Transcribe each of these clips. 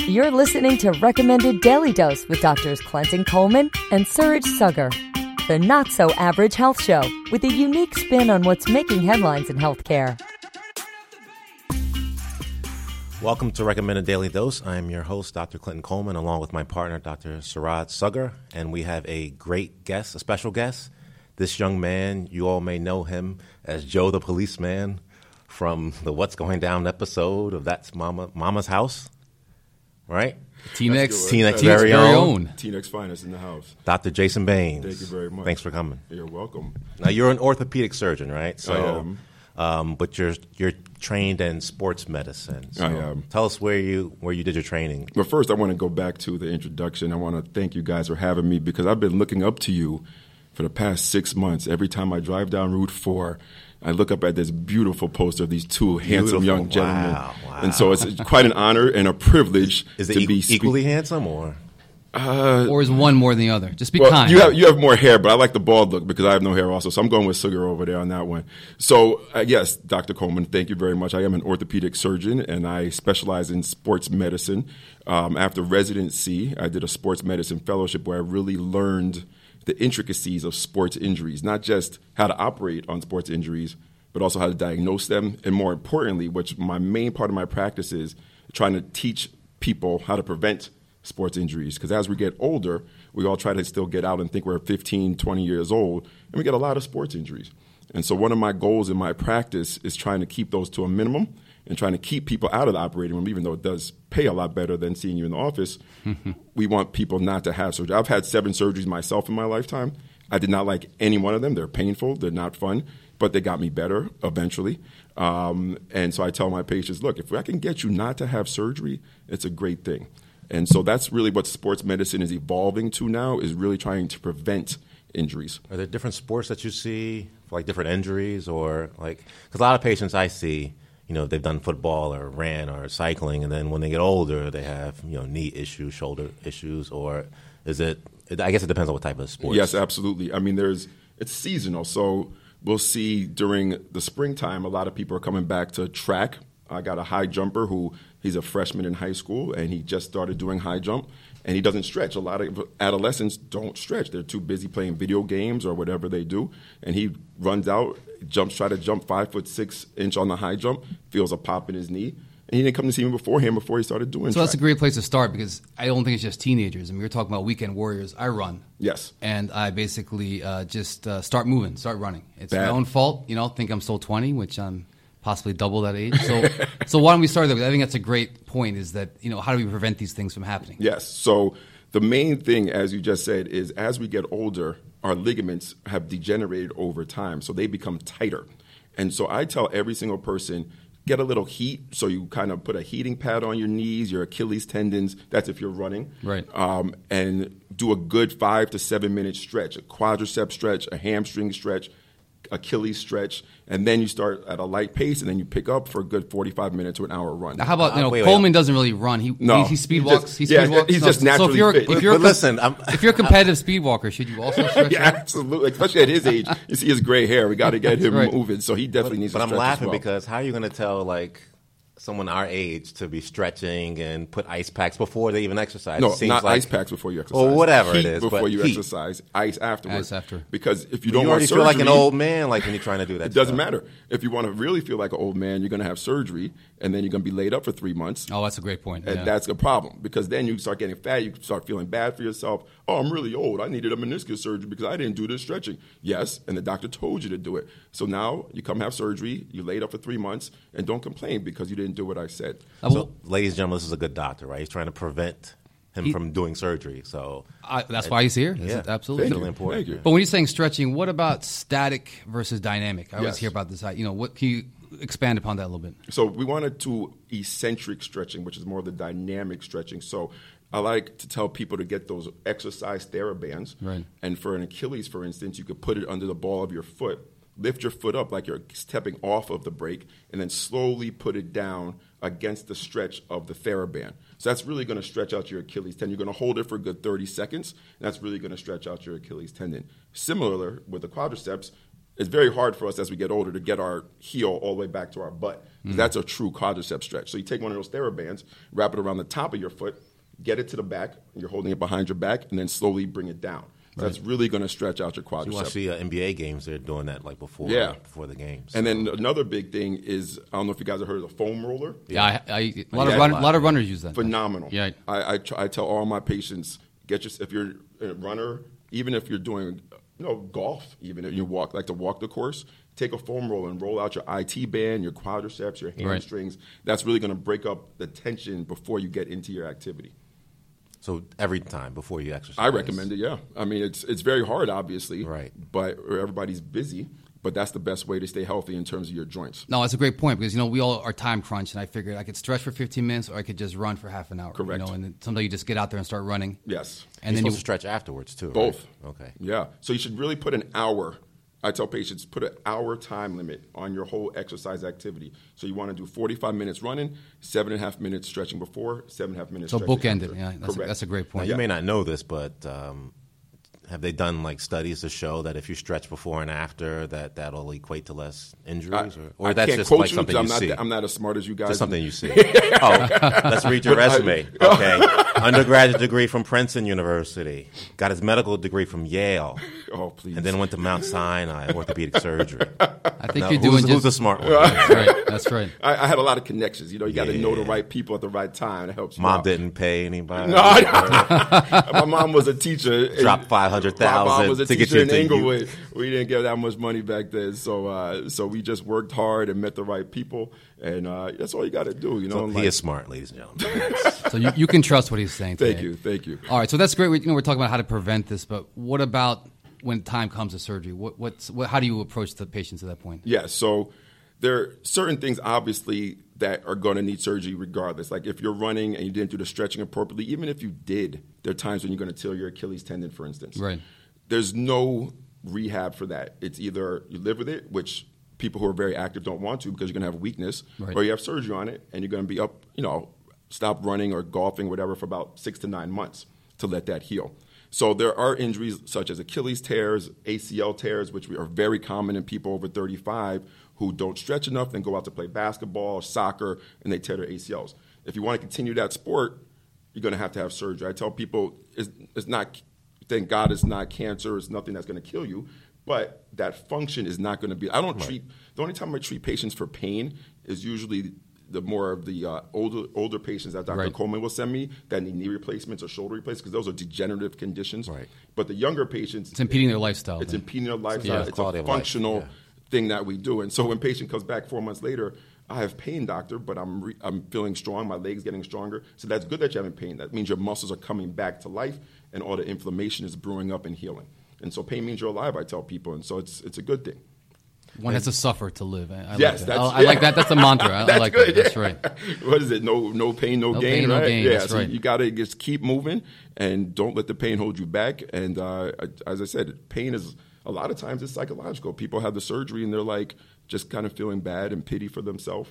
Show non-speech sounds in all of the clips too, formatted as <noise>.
You're listening to Recommended Daily Dose with Doctors Clinton Coleman and Serge Sugger, the not so average health show with a unique spin on what's making headlines in healthcare. Welcome to Recommended Daily Dose. I am your host, Dr. Clinton Coleman, along with my partner, Dr. Sarad Sugger, and we have a great guest, a special guest. This young man, you all may know him as Joe the Policeman from the What's Going Down episode of That's Mama Mama's House, right? T-Nex, That's good. T-Nex very own. T-Nex Finest in the house. Dr. Jason Baines. Thank you very much. Thanks for coming. You're welcome. Now you're an orthopedic surgeon, right? So, am. Um, but you're you're trained in sports medicine. So I am. Tell us where you where you did your training. But first, I want to go back to the introduction. I want to thank you guys for having me because I've been looking up to you for the past six months. Every time I drive down Route 4, I look up at this beautiful poster of these two handsome Beautiful. young gentlemen. Wow, wow. And so it's quite an honor and a privilege Is it to e- be speak- equally handsome or or Uh, is one more than the other? Just be Well, kind. You have you have more hair, but I like the bald look because I have no hair also. So I'm going with Sugar over there on that one. So uh, yes, Dr. Coleman, thank you very much. I am an orthopedic surgeon and I specialize in sports medicine. Um, after residency, I did a sports medicine fellowship where I really learned the intricacies of sports injuries, not just how to operate on sports injuries, but also how to diagnose them, and more importantly, which my main part of my practice is trying to teach people how to prevent sports injuries because as we get older we all try to still get out and think we're 15 20 years old and we get a lot of sports injuries and so one of my goals in my practice is trying to keep those to a minimum and trying to keep people out of the operating room even though it does pay a lot better than seeing you in the office we want people not to have surgery i've had seven surgeries myself in my lifetime i did not like any one of them they're painful they're not fun but they got me better eventually. Um, and so I tell my patients, look, if I can get you not to have surgery, it's a great thing. And so that's really what sports medicine is evolving to now is really trying to prevent injuries. are there different sports that you see for like different injuries or like because a lot of patients I see, you know, they've done football or ran or cycling, and then when they get older, they have you know knee issues, shoulder issues, or is it? I guess it depends on what type of sports. Yes, absolutely. I mean, there's it's seasonal, so we'll see during the springtime. A lot of people are coming back to track. I got a high jumper who he's a freshman in high school and he just started doing high jump and he doesn't stretch. A lot of adolescents don't stretch. They're too busy playing video games or whatever they do. And he runs out, jumps, try to jump five foot six inch on the high jump, feels a pop in his knee. And he didn't come to see me beforehand before he started doing so that's a track. great place to start because I don't think it's just teenagers. I mean, you're talking about weekend warriors. I run. Yes. And I basically uh, just uh, start moving, start running. It's my Bad. own fault. You know, think I'm still 20, which I'm possibly double that age. So, <laughs> so why don't we start there? I think that's a great point is that, you know, how do we prevent these things from happening? Yes. So the main thing, as you just said, is as we get older, our ligaments have degenerated over time, so they become tighter. And so I tell every single person, get a little heat. So you kind of put a heating pad on your knees, your Achilles tendons. That's if you're running. Right. Um, and do a good five to seven minute stretch, a quadricep stretch, a hamstring stretch, Achilles stretch, and then you start at a light pace, and then you pick up for a good 45 minute to an hour run. Now, how about, you know, Uh, wait, wait. Coleman doesn't really run. He, No. he, he speed He walks. just- he speed yeah, walks. he's just so if naturally you're, fit. If you're But <laughs> listen, I'm- if you're a competitive speed walker, should you also stretch <laughs> yeah, out? absolutely. Especially at his age, you see his gray hair. We got to get him Right. moving. So he definitely needs. But to I'm stretch as laughing well. because how are you going to tell like someone our age to be stretching and put ice packs before they even exercise? no, It seems not like- ice packs before you exercise, or whatever heat it is. before but you heat. exercise, ice Ice afterwards. after. because if you you don't want already surgery, feel like an old man like when you're trying to do that. It doesn't stuff. matter. If you want to really feel like an old man, you're going to have surgery, and then you're going to be laid up for three months. Oh, that's a great point. And yeah. that's a problem because then you start getting fat. You start feeling bad for yourself. Oh, I'm really old. I needed a meniscus surgery because I didn't do this stretching. Yes, and the doctor told you to do it. So now you come have surgery. You laid up for three months and don't complain because you didn't do what I said. Uh, well, So, ladies and gentlemen, this is a good doctor, right? He's trying to prevent him from doing surgery. So I, that's why he's here. That's Yeah. absolutely. Thank Really you. important. Thank you. But when you're saying stretching, what about static versus dynamic? I always Yes. hear about this. I- You know, what can you expand upon that a little bit? So we wanted to eccentric stretching, which is more of the dynamic stretching. So I like to tell people to get those exercise therabands. Right. And for an Achilles, for instance, you could put it under the ball of your foot, lift your foot up like you're stepping off of the brake, and then slowly put it down against the stretch of the theraband. So that's really going to stretch out your Achilles tendon. You're going to hold it for a good 30 seconds, and that's really going to stretch out your Achilles tendon. Similar with the quadriceps, it's very hard for us as we get older to get our heel all the way back to our butt. 'Cause That's a true quadricep stretch. So you take one of those TheraBands, wrap it around the top of your foot, get it to the back, and you're holding it behind your back, and then slowly bring it down. So That's really going to stretch out your You watch quadriceps. the uh, NBA games; they're doing that like before, Yeah. before the games. and then another big thing is I don't know if you guys have heard of the foam roller. Yeah, I, I, a lot Yeah. of run, lot of runners use that. phenomenal. Yeah. I I, try, I tell all my patients get your if you're a runner, even if you're doing you know golf, even if you walk like to walk the course, take a foam roll and roll out your IT band, your quadriceps, your hamstrings. That's really going to break up the tension before you get into your activity. so every time before you exercise, I recommend it. Yeah, I mean it's it's very hard, obviously. Right. But everybody's busy. But that's the best way to stay healthy in terms of your joints. No, that's a great point because you know we all are time crunched, and I figured I could stretch for 15 minutes or I could just run for half an hour. Correct. You know, and then sometimes you just get out there and start running. Yes. And And then then supposed you, to stretch afterwards too. right? Both. Okay. Yeah. So you should really put an hour. I tell patients put an hour time limit on your whole exercise activity. So you want to do 45 minutes running, seven and a half minutes stretching before, seven and a half minutes. so stretching bookend it. after. Yeah, that's a, Correct. that's a great Now, point. you may not know this, but um, have they done like studies to show that if you stretch before and after, that that'll equate to less injuries, or, or I that's can't just quote like you, something 'cause you I'm not, see? I'm not as smart as you guys. Just something you see. <laughs> oh, let's read your resume. Okay, undergraduate degree from Princeton University, got his medical degree from Yale, Oh, please. and then went to Mount Sinai orthopedic surgery. I think Now, who's, you're doing who's the just smart one? that's <laughs> right. That's right. I, I had a lot of connections. You know, you got to know the Yeah. right people at the right time. It helps. you Mom out. didn't pay anybody. No, I- <laughs> my mom was a teacher. Dropped And My 500,000 mom was a to get teacher you in to U- Englewood. We didn't get that much money back then, so uh, so we just worked hard and met the right people, and uh, that's all you got to do. You know, he like- is smart, ladies and gentlemen. So you, you can trust what he's saying. Thank today. you, thank you. All right, so that's great. We, you know, we're talking about how to prevent this, but what about when time comes to surgery? What, what's what, how do you approach the patients at that point? Yeah, so there are certain things obviously that are going to need surgery regardless. Like if you're running and you didn't do the stretching appropriately, even if you did, there are times when you're going to tear your Achilles tendon, for instance. Right. There's no rehab for that. It's either you live with it, which people who are very active don't want to because you're going to have weakness, Right. or you have surgery on it and you're going to be up, you know, stop running or golfing, whatever, for about six to nine months to let that heal. So there are injuries such as Achilles tears, ACL tears, which we- are very common in people over 35 who don't stretch enough and go out to play basketball, soccer, and they tear their ACLs. If you want to continue that sport, you're going to have to have surgery. I tell people it's, it's not, thank God it's not cancer, it's nothing that's going to kill you, but that function is not going to be. I don't treat, the only time I treat patients for pain is usually the more of the uh, older older patients that Dr. Right. Coleman will send me that need knee replacements or shoulder replacements because those are degenerative conditions. Right. But the younger patients, It's impeding their lifestyle. it's then. impeding their lifestyle. yeah, it's quality a of life, functional yeah. thing that we do. And so when patient comes back four months later, I have pain, doctor, but I'm re- I'm feeling strong. My legs getting stronger. So that's good that you're having pain. That means your muscles are coming back to life, and all the inflammation is brewing up and healing. And so pain means you're alive. I tell people, and so it's it's a good thing. One has to suffer to live. I, I Yes, like that. that's- I, I <laughs> like that. That's a mantra. I, I like that. That's right. what is it? No, no pain, no, No gain, pain, no right? gain, Yeah, that's so right. you got to just keep moving and don't let the pain hold you back. And uh, as I said, pain is a lot of times it's psychological. People have the surgery and they're like just kind of feeling bad and pity for themselves,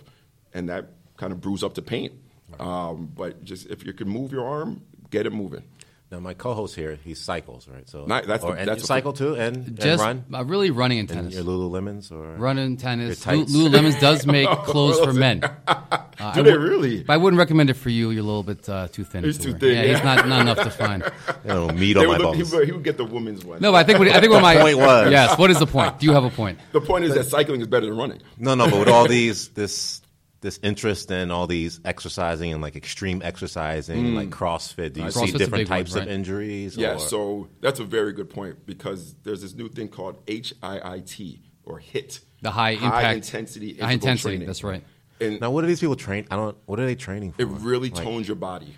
and that kind of brews up to pain. Um, but just if you can move your arm, get it moving. Now my co-host here, he cycles, right? So Not- that's the- or, and that's you the- cycle too, and, and Just run, uh, really running and and tennis. your Lululemons or running your tennis. Lu- tights. <laughs> Lululemons does make clothes for men. Uh, Do I they wou- really? But I wouldn't recommend it for you. You're a little bit uh, too thin. He's to too wear. thin, Yeah, yeah. he's not, not enough to find. you know, meat They on would my look- he, bones. would, he would get the woman's one. No, but I think what, I think what my point was- yes. What is the point? Do you have a point? the point is that cycling is better than running. No, no, but with all these this this interest and all these exercising and like extreme exercising and like CrossFit, do you CrossFit's see a different big one, types Mm. right. of injuries? Yeah, or- so that's a very good point because there's this new thing called HIIT or HIT. The high impact- intensity, high interval intensity, training. that's right. And now what are these people train? I don't. What are they training for? it really Like, tones your body.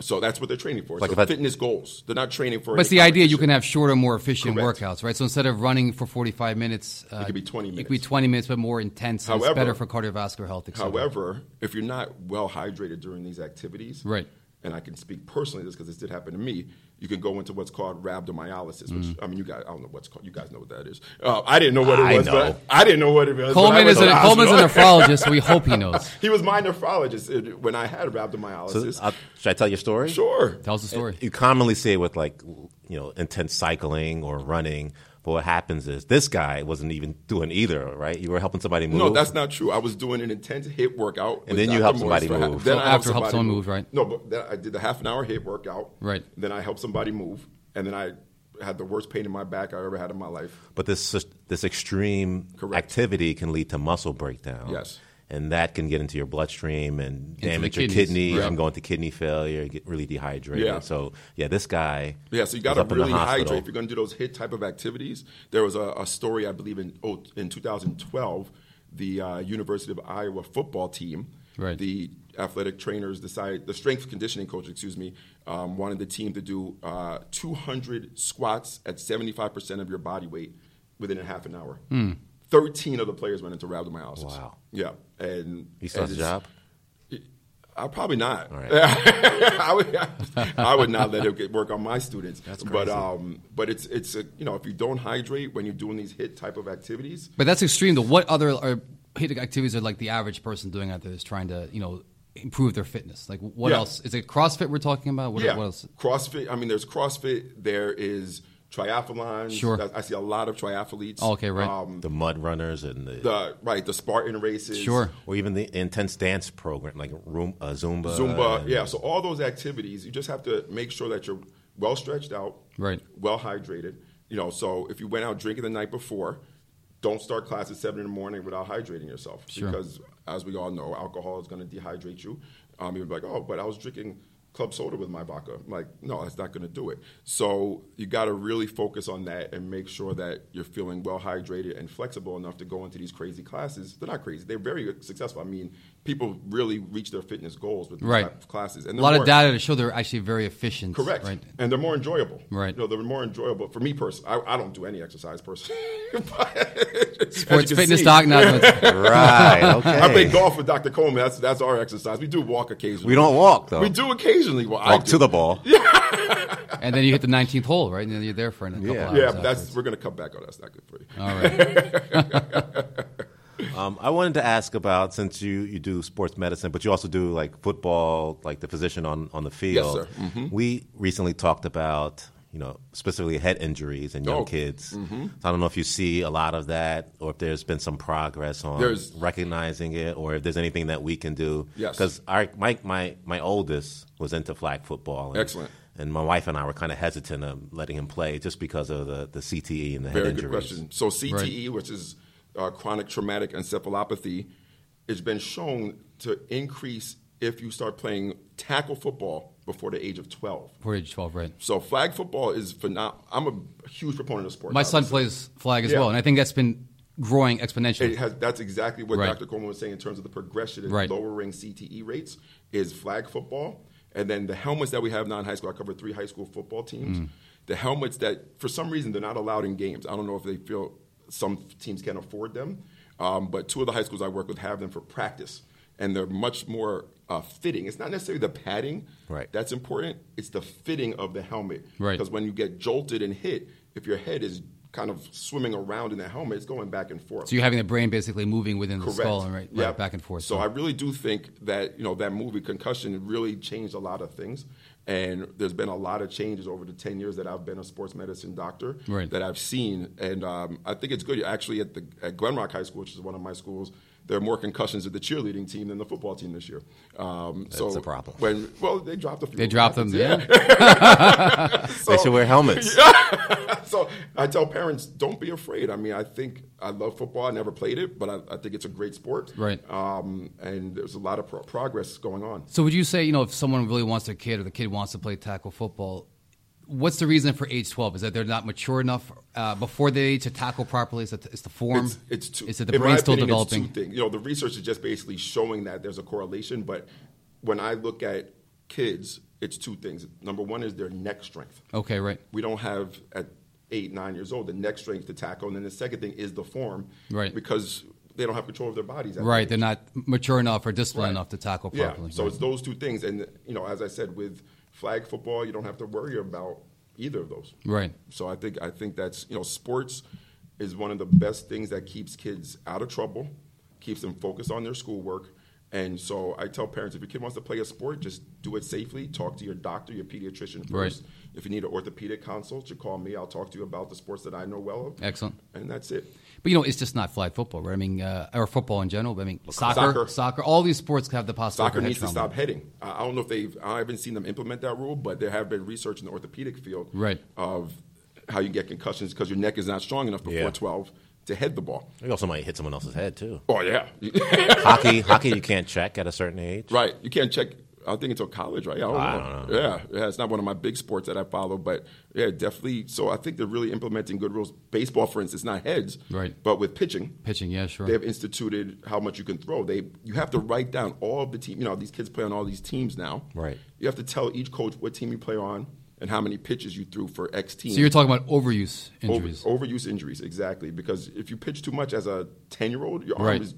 So that's what they're training for. Like so if I- fitness goals. They're not training for. But it's any the idea you competition. can have shorter, more efficient Correct. workouts, right? So instead of running for 45 minutes, uh, it could be 20 It could be minutes. 20 minutes, but more intense. and However- it's better for cardiovascular health. et cetera. However, if you're not well hydrated during these activities, Right. And I can speak personally to this because this did happen to me. You can go into what's called rhabdomyolysis, which Mm-hmm. I mean, you guys, I don't know what's called. You guys know what that is. Uh, I didn't know what I it was. know. But I didn't know what it was. but I Coleman went is to a, the Coleman's a hospital. nephrologist, so we hope he knows. He was my nephrologist uh, when I had so uh, rhabdomyolysis. I'll- should I tell your story? sure. <laughs> Tells the story. You commonly see it with like you know intense cycling or running, But what happens is this guy wasn't even doing either, right? You were helping somebody move. No, that's not true. I was doing an intense hit workout, And with then you Dr. helped somebody Morris for move. So after help someone move, right? No, but then I did the half an hour hit workout. Right. Then I helped somebody move, and then I had the worst pain in my back I ever had in my life. But this this extreme Correct. activity can lead to muscle breakdown. Yes. And that can get into your bloodstream and the damage your kidneys, kidneys right. and go into kidney failure, get really dehydrated. Yeah. So yeah, this guy. Yeah, so you was got up to in the really hospital. hydrate if you're going to do those hit type of activities. There was a, a story I believe in oh, in 2012, the uh, University of Iowa football team, Right. the athletic trainers decided the strength conditioning coach, excuse me, um, wanted the team to do uh, 200 squats at 75 percent of your body weight within a half an hour. Thirteen of the players went into rhabdomyolysis. Hmm. Wow. Yeah, and He still and has a it's- job. I probably not. All right. <laughs> I would, I would not let him get work on my students. That's But crazy. um, but it's it's a, you know if you don't hydrate when you're doing these hit type of activities, But that's extreme. Though, what other are, hit activities are like the average person doing out there is trying to you know improve their fitness? Like what Yeah. else is it? CrossFit we're talking about. What, what else? CrossFit. I mean, there's CrossFit. There is triathlons. Sure. That- I see a lot of triathletes. Um, Oh, okay, right. The mud runners and the, the right the Spartan races. Sure. or even the intense dance program like room, uh, Zumba. Zumba. and- Yeah. So all those activities, you just have to make sure that you're well stretched out, Right. Well hydrated. You know, so if you went out drinking the night before, don't start class at seven in the morning without hydrating yourself, Sure. because as we all know, alcohol is going to dehydrate you. Um, you're like, oh, but I was drinking club soda with my vodka. I'm like, no, that's not going to do it. So you got to really focus on that and make sure that you're feeling well hydrated and flexible enough to go into these crazy classes. They're not crazy. They're very successful. I mean, people really reach their fitness goals with these Right. type of classes. And A they're lot of more- data to show they're actually very efficient. Correct. Right. And they're more enjoyable. Right. You know, they're more enjoyable for me personally. I, I don't do any exercise <laughs> personally. Sports fitness doc. Not <laughs> <laughs> Right. Okay. I play golf with Dr. Coleman. That's that's our exercise. We do walk occasionally. We don't walk though. We do occasionally. Well, I walk do. to the ball. and then you hit the 19th hole, right? And then you're there for a couple Yeah. hours. Yeah, afterwards. that's we're gonna cut back on. That's not good for you. all right. Um, I wanted to ask about since you, you do sports medicine, but you also do like football, like the physician on, on the field. sir. Mm-hmm. We recently talked about you know specifically head injuries in young Oh. kids. So I don't know if you see a lot of that, or if there's been some progress on There's- recognizing it, or if there's anything that we can do. Yes. because my my my oldest was into flag football. And, Excellent. And my wife and I were kind of hesitant of letting him play just because of the, the CTE and the Very head good injuries. question. So CTE, which is uh, chronic traumatic encephalopathy, it's been shown to increase if you start playing tackle football before the age of twelve. Before age 12, right? So flag football is phenomenal. I'm a huge proponent of sports. My son plays flag as Yeah. well, and I think that's been growing exponentially. It has, that's exactly what Right. Dr. Coleman was saying in terms of the progression and Right. lowering CTE rates is flag football. And then the helmets that we have now in high school, I cover three high school football teams. Mm. The helmets that, for some reason, they're not allowed in games. I don't know if they feel some teams can't afford them, um, but two of the high schools I work with have them for practice. And they're much more uh, fitting. It's not necessarily the padding Right. that's important, it's the fitting of the helmet. Right. Because when you get jolted and hit, if your head is kind of swimming around in the helmet, it's going back and forth. so you're having the brain basically moving within the Correct. skull and right, right Yep. back and forth. So I really do think that you know that movie Concussion really changed a lot of things, and there's been a lot of changes over the ten years that I've been a sports medicine doctor Right. that I've seen, and um, I think it's good. Actually, at the at Glen Rock High School, which is one of my schools, there are more concussions at the cheerleading team than the football team this year. Um, That's so a problem. When well, they dropped a few. they drop them. <laughs> Yeah. They should Oh. wear helmets. so I tell parents, don't be afraid. I mean, I think I love football. I never played it, but I, I think it's a great sport. Right. Um, and there's a lot of pro- progress going on. So would you say, you know, if someone really wants their kid or the kid wants to play tackle football, what's the reason for age 12? Is that they're not mature enough uh, before the age to tackle properly? Is it, it's the form? It's, it's two. Is it the in my brain's still opinion, it's developing? two things. You know, the research is just basically showing that there's a correlation. But when I look at kids, it's two things. Number one is their neck strength. Okay, right. We don't have at eight, nine years old the neck strength to tackle, and then the second thing is the form, Right. Because they don't have control of their bodies. at that Right. age. They're not mature enough or disciplined Right. enough to tackle Yeah. properly. So right. it's those two things, and you know, as I said, with flag football, you don't have to worry about either of those. Right. So I think I think that's you know, sports is one of the best things that keeps kids out of trouble, keeps them focused on their schoolwork, And so I tell parents, if your kid wants to play a sport, just do it safely. Talk to your doctor, your pediatrician Right. first. If you need an orthopedic consult, you call me. I'll talk to you about the sports that I know well of. Excellent. And that's it. But you know, it's just not flag football, right? I mean, uh, or football in general. But I mean, soccer, soccer, soccer. all these sports have the possibility. Soccer of needs to head stop trauma. heading. I I don't know if they've, I haven't seen them implement that rule, but there have been research in the orthopedic field Right. of how you get concussions because your neck is not strong enough before Yeah. 12 to head the ball. You also might hit someone else's head too. Oh, yeah. <laughs> hockey, hockey, you can't check at a certain age. Right. You can't check. I think until college, right? I don't, I know. don't know. Yeah, yeah. It's not one of my big sports that I follow, but yeah, definitely. So I think they're really implementing good rules. Baseball, for instance, not heads, Right. But with pitching, Pitching, yeah, sure. they've instituted how much you can throw. They you have to write down all of the team. You know, these kids play on all these teams now, Right. You have to tell each coach what team you play on and how many pitches you threw for X team. So you're talking about overuse Over- injuries. overuse injuries, exactly. Because if you pitch too much as a ten year old, your arm Right. is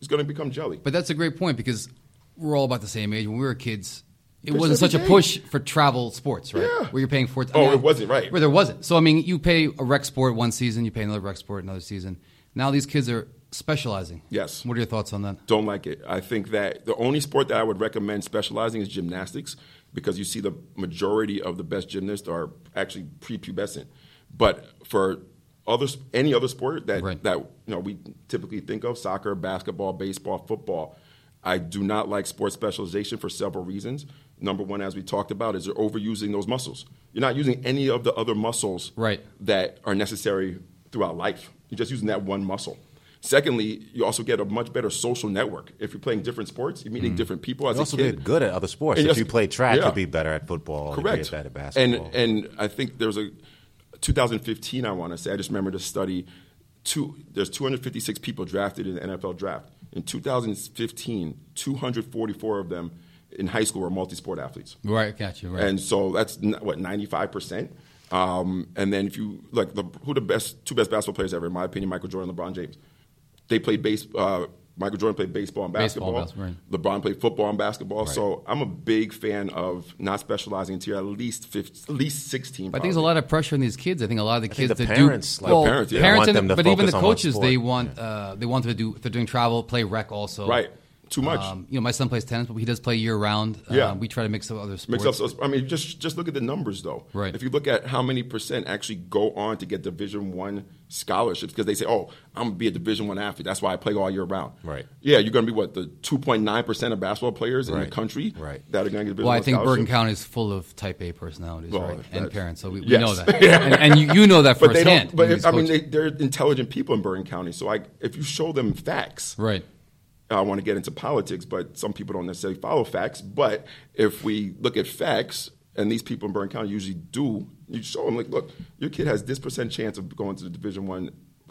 is going to become jelly. But that's a great point because we're all about the same age. When we were kids, it Pitch wasn't every such a day. push for travel sports, right? Yeah. Where you're paying for. Oh, it wasn't, right. Where there wasn't. So I mean, you pay a rec sport one season, you pay another rec sport another season. Now these kids are specializing. Yes. What are your thoughts on that? Don't like it. I think that the only sport that I would recommend specializing is gymnastics because you see the majority of the best gymnasts are actually prepubescent. But for others, any other sport that Right. that you know we typically think of soccer, basketball, baseball, football. I do not like sports specialization for several reasons. Number one, as we talked about, is you're overusing those muscles. You're not using any of the other muscles Right. that are necessary throughout life. You're just using that one muscle. Secondly, you also get a much better social network. If you're playing different sports, you're meeting different people as You also a kid. get good at other sports. And If yes- you play track, yeah. you'd be better at football. You'd be Correct. better at and basketball. and I think there was a 2015. I want to say I just remember this study. Two, there's 256 people drafted in the NFL draft. In 2015, 244 of them in high school were multi-sport athletes. Right, got you. Right. And so that's n- what ninety five percent. Um, and then if you like the who the best two best basketball players ever, in my opinion, Michael Jordan, LeBron James. They played base. Uh, Michael Jordan played baseball and Baseball, basketball. basketball, LeBron played football and basketball. So I'm a big fan of not specializing until you're at least 15, at least sixteen. But I think there's a probably. lot of pressure on these kids. I think a lot of the think kids the that parents, do like, well, The parents, yeah. parents want and them to but even the focus on one coaches, they sport. want uh, they want them to do if they're doing travel, play rec also. Right. Too much. Um, you know, my son plays tennis, but he does play year round. Yeah. Um, we try to mix up other sports. Mix up. I mean, just just look at the numbers, though. Right. If you look at how many percent actually go on to get Division One scholarships, because they say, "Oh, I'm gonna be a Division One athlete. That's why I play all year round." Right. Yeah, you're gonna be what the 2.9 percent of basketball players in Right. the country Right. that are gonna get Division well, I One think Bergen scholarships. County is full of Type A personalities, Well, right? And that's- parents, so we, we Yes. know <laughs> that, and, and you, you know that But they firsthand. don't. But these I mean, coaches. they, they're intelligent people in Bergen County. So, like, if you show them facts, right? I want to get into politics, but some people don't necessarily follow facts. But if we look at facts, and these people in Burn County usually do, you show them like, look, your kid has this percent chance of going to the Division One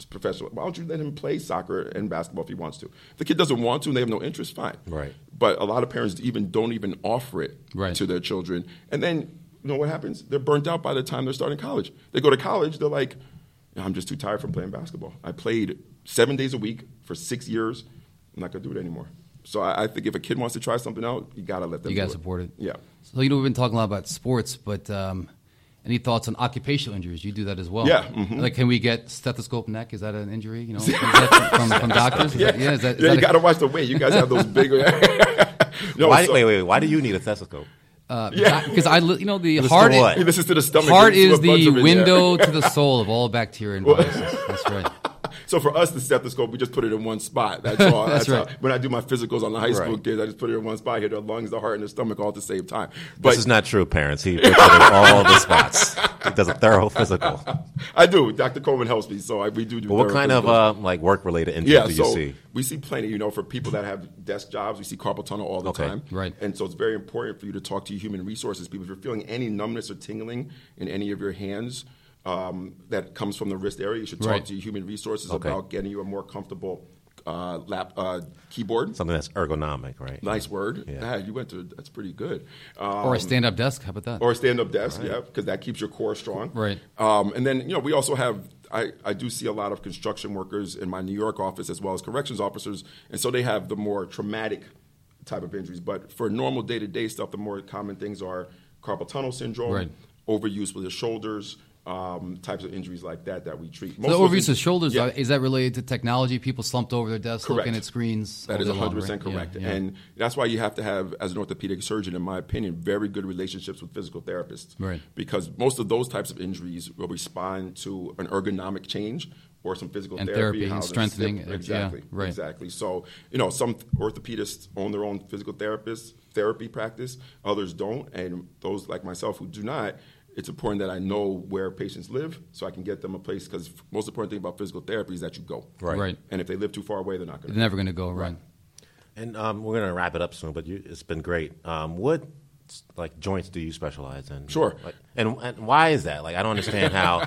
professional. Why don't you let him play soccer and basketball if he wants to? If the kid doesn't want to and they have no interest, fine. Right. But a lot of parents even don't even offer it Right. to their children, and then you know what happens? They're burnt out by the time they're starting college. They go to college, they're like, I'm just too tired from playing basketball. I played seven days a week for six years. I'm not gonna do it anymore. So I, I think if a kid wants to try something out, you gotta let them. You gotta do support it. Yeah. So you know, we've been talking a lot about sports, but um, any thoughts on occupational injuries? You do that as well. Yeah, mhm. Like, can we get stethoscope neck? Is that an injury? <laughs> You know, is that from, from doctors? Is that- yeah. Is that, is yeah, that you a- gotta watch the weight. You guys have those big. <laughs> no, why, so- wait, wait, wait. Why do you need a stethoscope? Yeah. Because uh, I, li- you know, the Listen to heart. <laughs> what? He listens to the stomach. Heart He is listens to a bunch the of it, yeah. <laughs> window to the soul of all bacteria and viruses. That's right. So for us, the stethoscope, we just put it in one spot. <laughs> That's all. That's That's, right. How, when I do my physicals on the high school Right. kids, I just put it in one spot. Here, the lungs, the heart, and the stomach all at the same time. this is not true, parents. He puts it in all the spots. He does a thorough physical. I do. Dr. Coleman helps me, so I, we do do. But what therapy. kind of uh, like work-related injuries yeah, do you so see? we see plenty. You know, for people that have desk jobs, we see carpal tunnel all the Okay, time. right. And so it's very important for you to talk to your human resources people. If you're feeling any numbness or tingling in any of your hands um, that comes from the wrist area, you should talk Right. to your human resources Okay. about getting you a more comfortable uh, lap uh, keyboard. Something that's ergonomic, right? Nice word. Yeah. Ah, you went to that's pretty good. Um, Or a stand-up desk. How about that? or a stand-up desk, yeah, because that keeps your core strong. Right. Um, and then you know we also have I, I do see a lot of construction workers in my New York office as well as corrections officers, and so they have the more traumatic type of injuries. But for normal day-to-day stuff, the more common things are carpal tunnel syndrome, Right. overuse with the shoulders, um, types of injuries like that that we treat. So the of overuse them- of shoulders, Yeah. uh, is that related to technology? People slumped over their desks Correct. looking at screens. That all is day long, 100% right? Yeah, correct. yeah. And that's why you have to have, as an orthopedic surgeon, in my opinion, very good relationships with physical therapists. Right. Because most of those types of injuries will respond to an ergonomic change or some physical And therapy, therapy and how the strengthening, stiff- uh, yeah, Exactly. right. Exactly. So, you know, some orthopedists own their own physical therapists, therapy practice, others don't. And those like myself who do not, it's important that I know where patients live so I can get them a place because most important thing about physical therapy is that you go. Right. Right. And if they live too far away, they're not going They're to. never going to go right. And um, we're gonna wrap it up soon, but you, it's been great. Um, what like joints do you specialize in? Sure. Like, and, and why is that? Like, I don't understand <laughs> how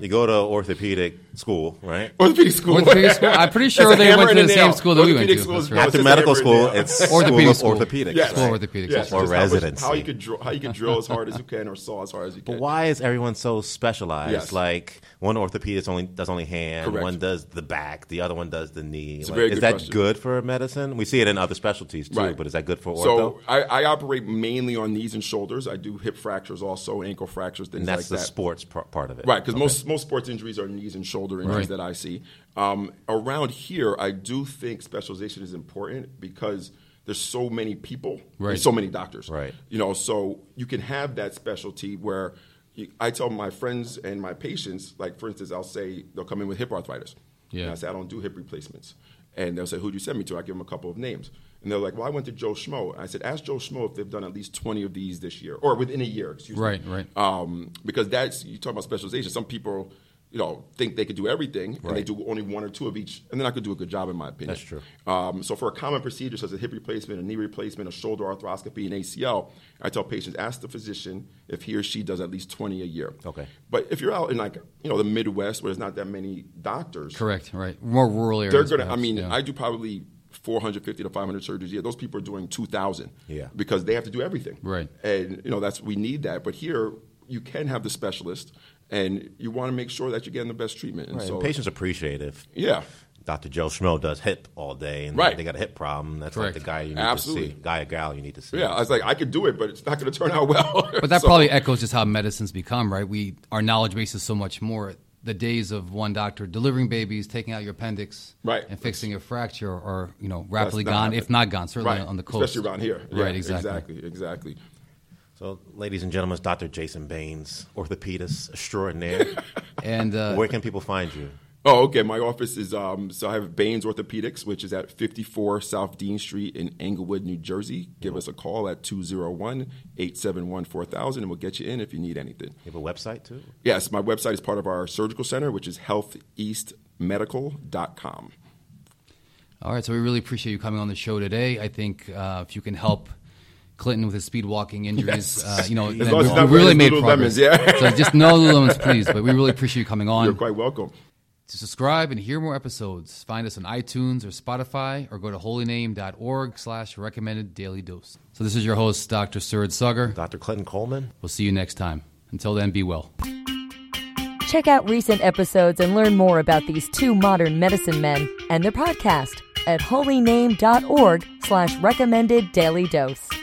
you go to orthopedic school, right? Orthopedic school. Orthopedic <laughs> school? I'm pretty sure That's a they went hammer to and the a same nail. school that we went to. Orthopedic school is That's right. It's After a medical hammer and school, nail. it's school Orthopedic school. of orthopedics. Yes. right? Or orthopedics. Or Yes, just how much- residency. How you could draw, how you could drill as hard as you can, or saw as hard as you can. But why is everyone so specialized? Yes. Like one orthopedist only does only hand, Correct. one does the back, the other one does the knee. a Like, very is good that question. good for medicine? We see it in other specialties too, Right. but is that good for ortho? So I, I operate mainly on knees and shoulders. I do hip fractures, also ankle fractures, things and that's the like that. sports par- part of it, Right, because most most sports injuries are knees and shoulder injuries Right. that I see. Um, around here, I do think specialization is important because there's so many people, Right. and so many doctors, Right. You know, so you can have that specialty where you, I tell my friends and my patients, like for instance, I'll say they'll come in with hip arthritis, Yeah. and I say I don't do hip replacements, and they'll say who would you send me to? I give them a couple of names. And they're like, well, I went to Joe Schmo. I said, ask Joe Schmo if they've done at least 20 of these this year, or within a year, excuse me Right, right. um, because that's you talk about specialization. Some people, you know, think they could do everything, and they Right. do only one or two of each, and they're not going to do a good job, in my opinion. That's true. Um, so for a common procedure such as a hip replacement, a knee replacement, a shoulder arthroscopy, an ACL, I tell patients ask the physician if he or she does at least twenty a year. Okay. But if you're out in like you know the Midwest where there's not that many doctors, Correct. Right. More rural areas. they're gonna. I perhaps, mean, yeah. I do probably. 450 to 500 surgeries a year. Those people are doing 2,000. Yeah. Because they have to do everything. Right. And you know that's we need that. But here you can have the specialist, and you want to make sure that you're getting the best treatment. And Right, so and patients appreciate if Yeah. Dr. Joe Schmo does hip all day, and Right. they got a hip problem. That's Correct. like the guy you need Absolutely. to see, guy or gal you need to see. Yeah, I was like, I could do it, but it's not going to turn out well. But that <laughs> So- probably echoes just how medicine's become, right? We our knowledge base is so much more. The days of one doctor delivering babies, taking out your appendix, Right. and fixing a fracture are you know rapidly not gone, happening. if not gone, certainly right. on the coast, especially around here. Yeah, right? Exactly. Exactly. Exactly. So, ladies and gentlemen, it's Dr. Jason Baines, orthopedist extraordinaire. <laughs> And uh, Where can people find you? Oh, okay. My office is um, so I have Baines Orthopedics, which is at 54 South Dean Street in Englewood, New Jersey. Give us a call at 201 871 4000 and we'll get you in if you need anything. You have a website too? Yes, my website is part of our surgical center, which is healtheastmedical.com. All right, so we really appreciate you coming on the show today. I think uh, if you can help Clinton with his speed walking injuries, uh, you know, As then long as it's we, not we really with his made Lululemons, progress. yeah. <laughs> so just no Lululemons, please. But we really appreciate you coming on. You're quite welcome. To subscribe and hear more episodes, find us on iTunes or Spotify or go to holyname.org slash recommended daily dose. So this is your host, Dr. Suraj Sugar. Dr. Clinton Coleman? We'll see you next time. Until then, be well. Check out recent episodes and learn more about these two modern medicine men and their podcast at holyname.org slash recommended daily dose.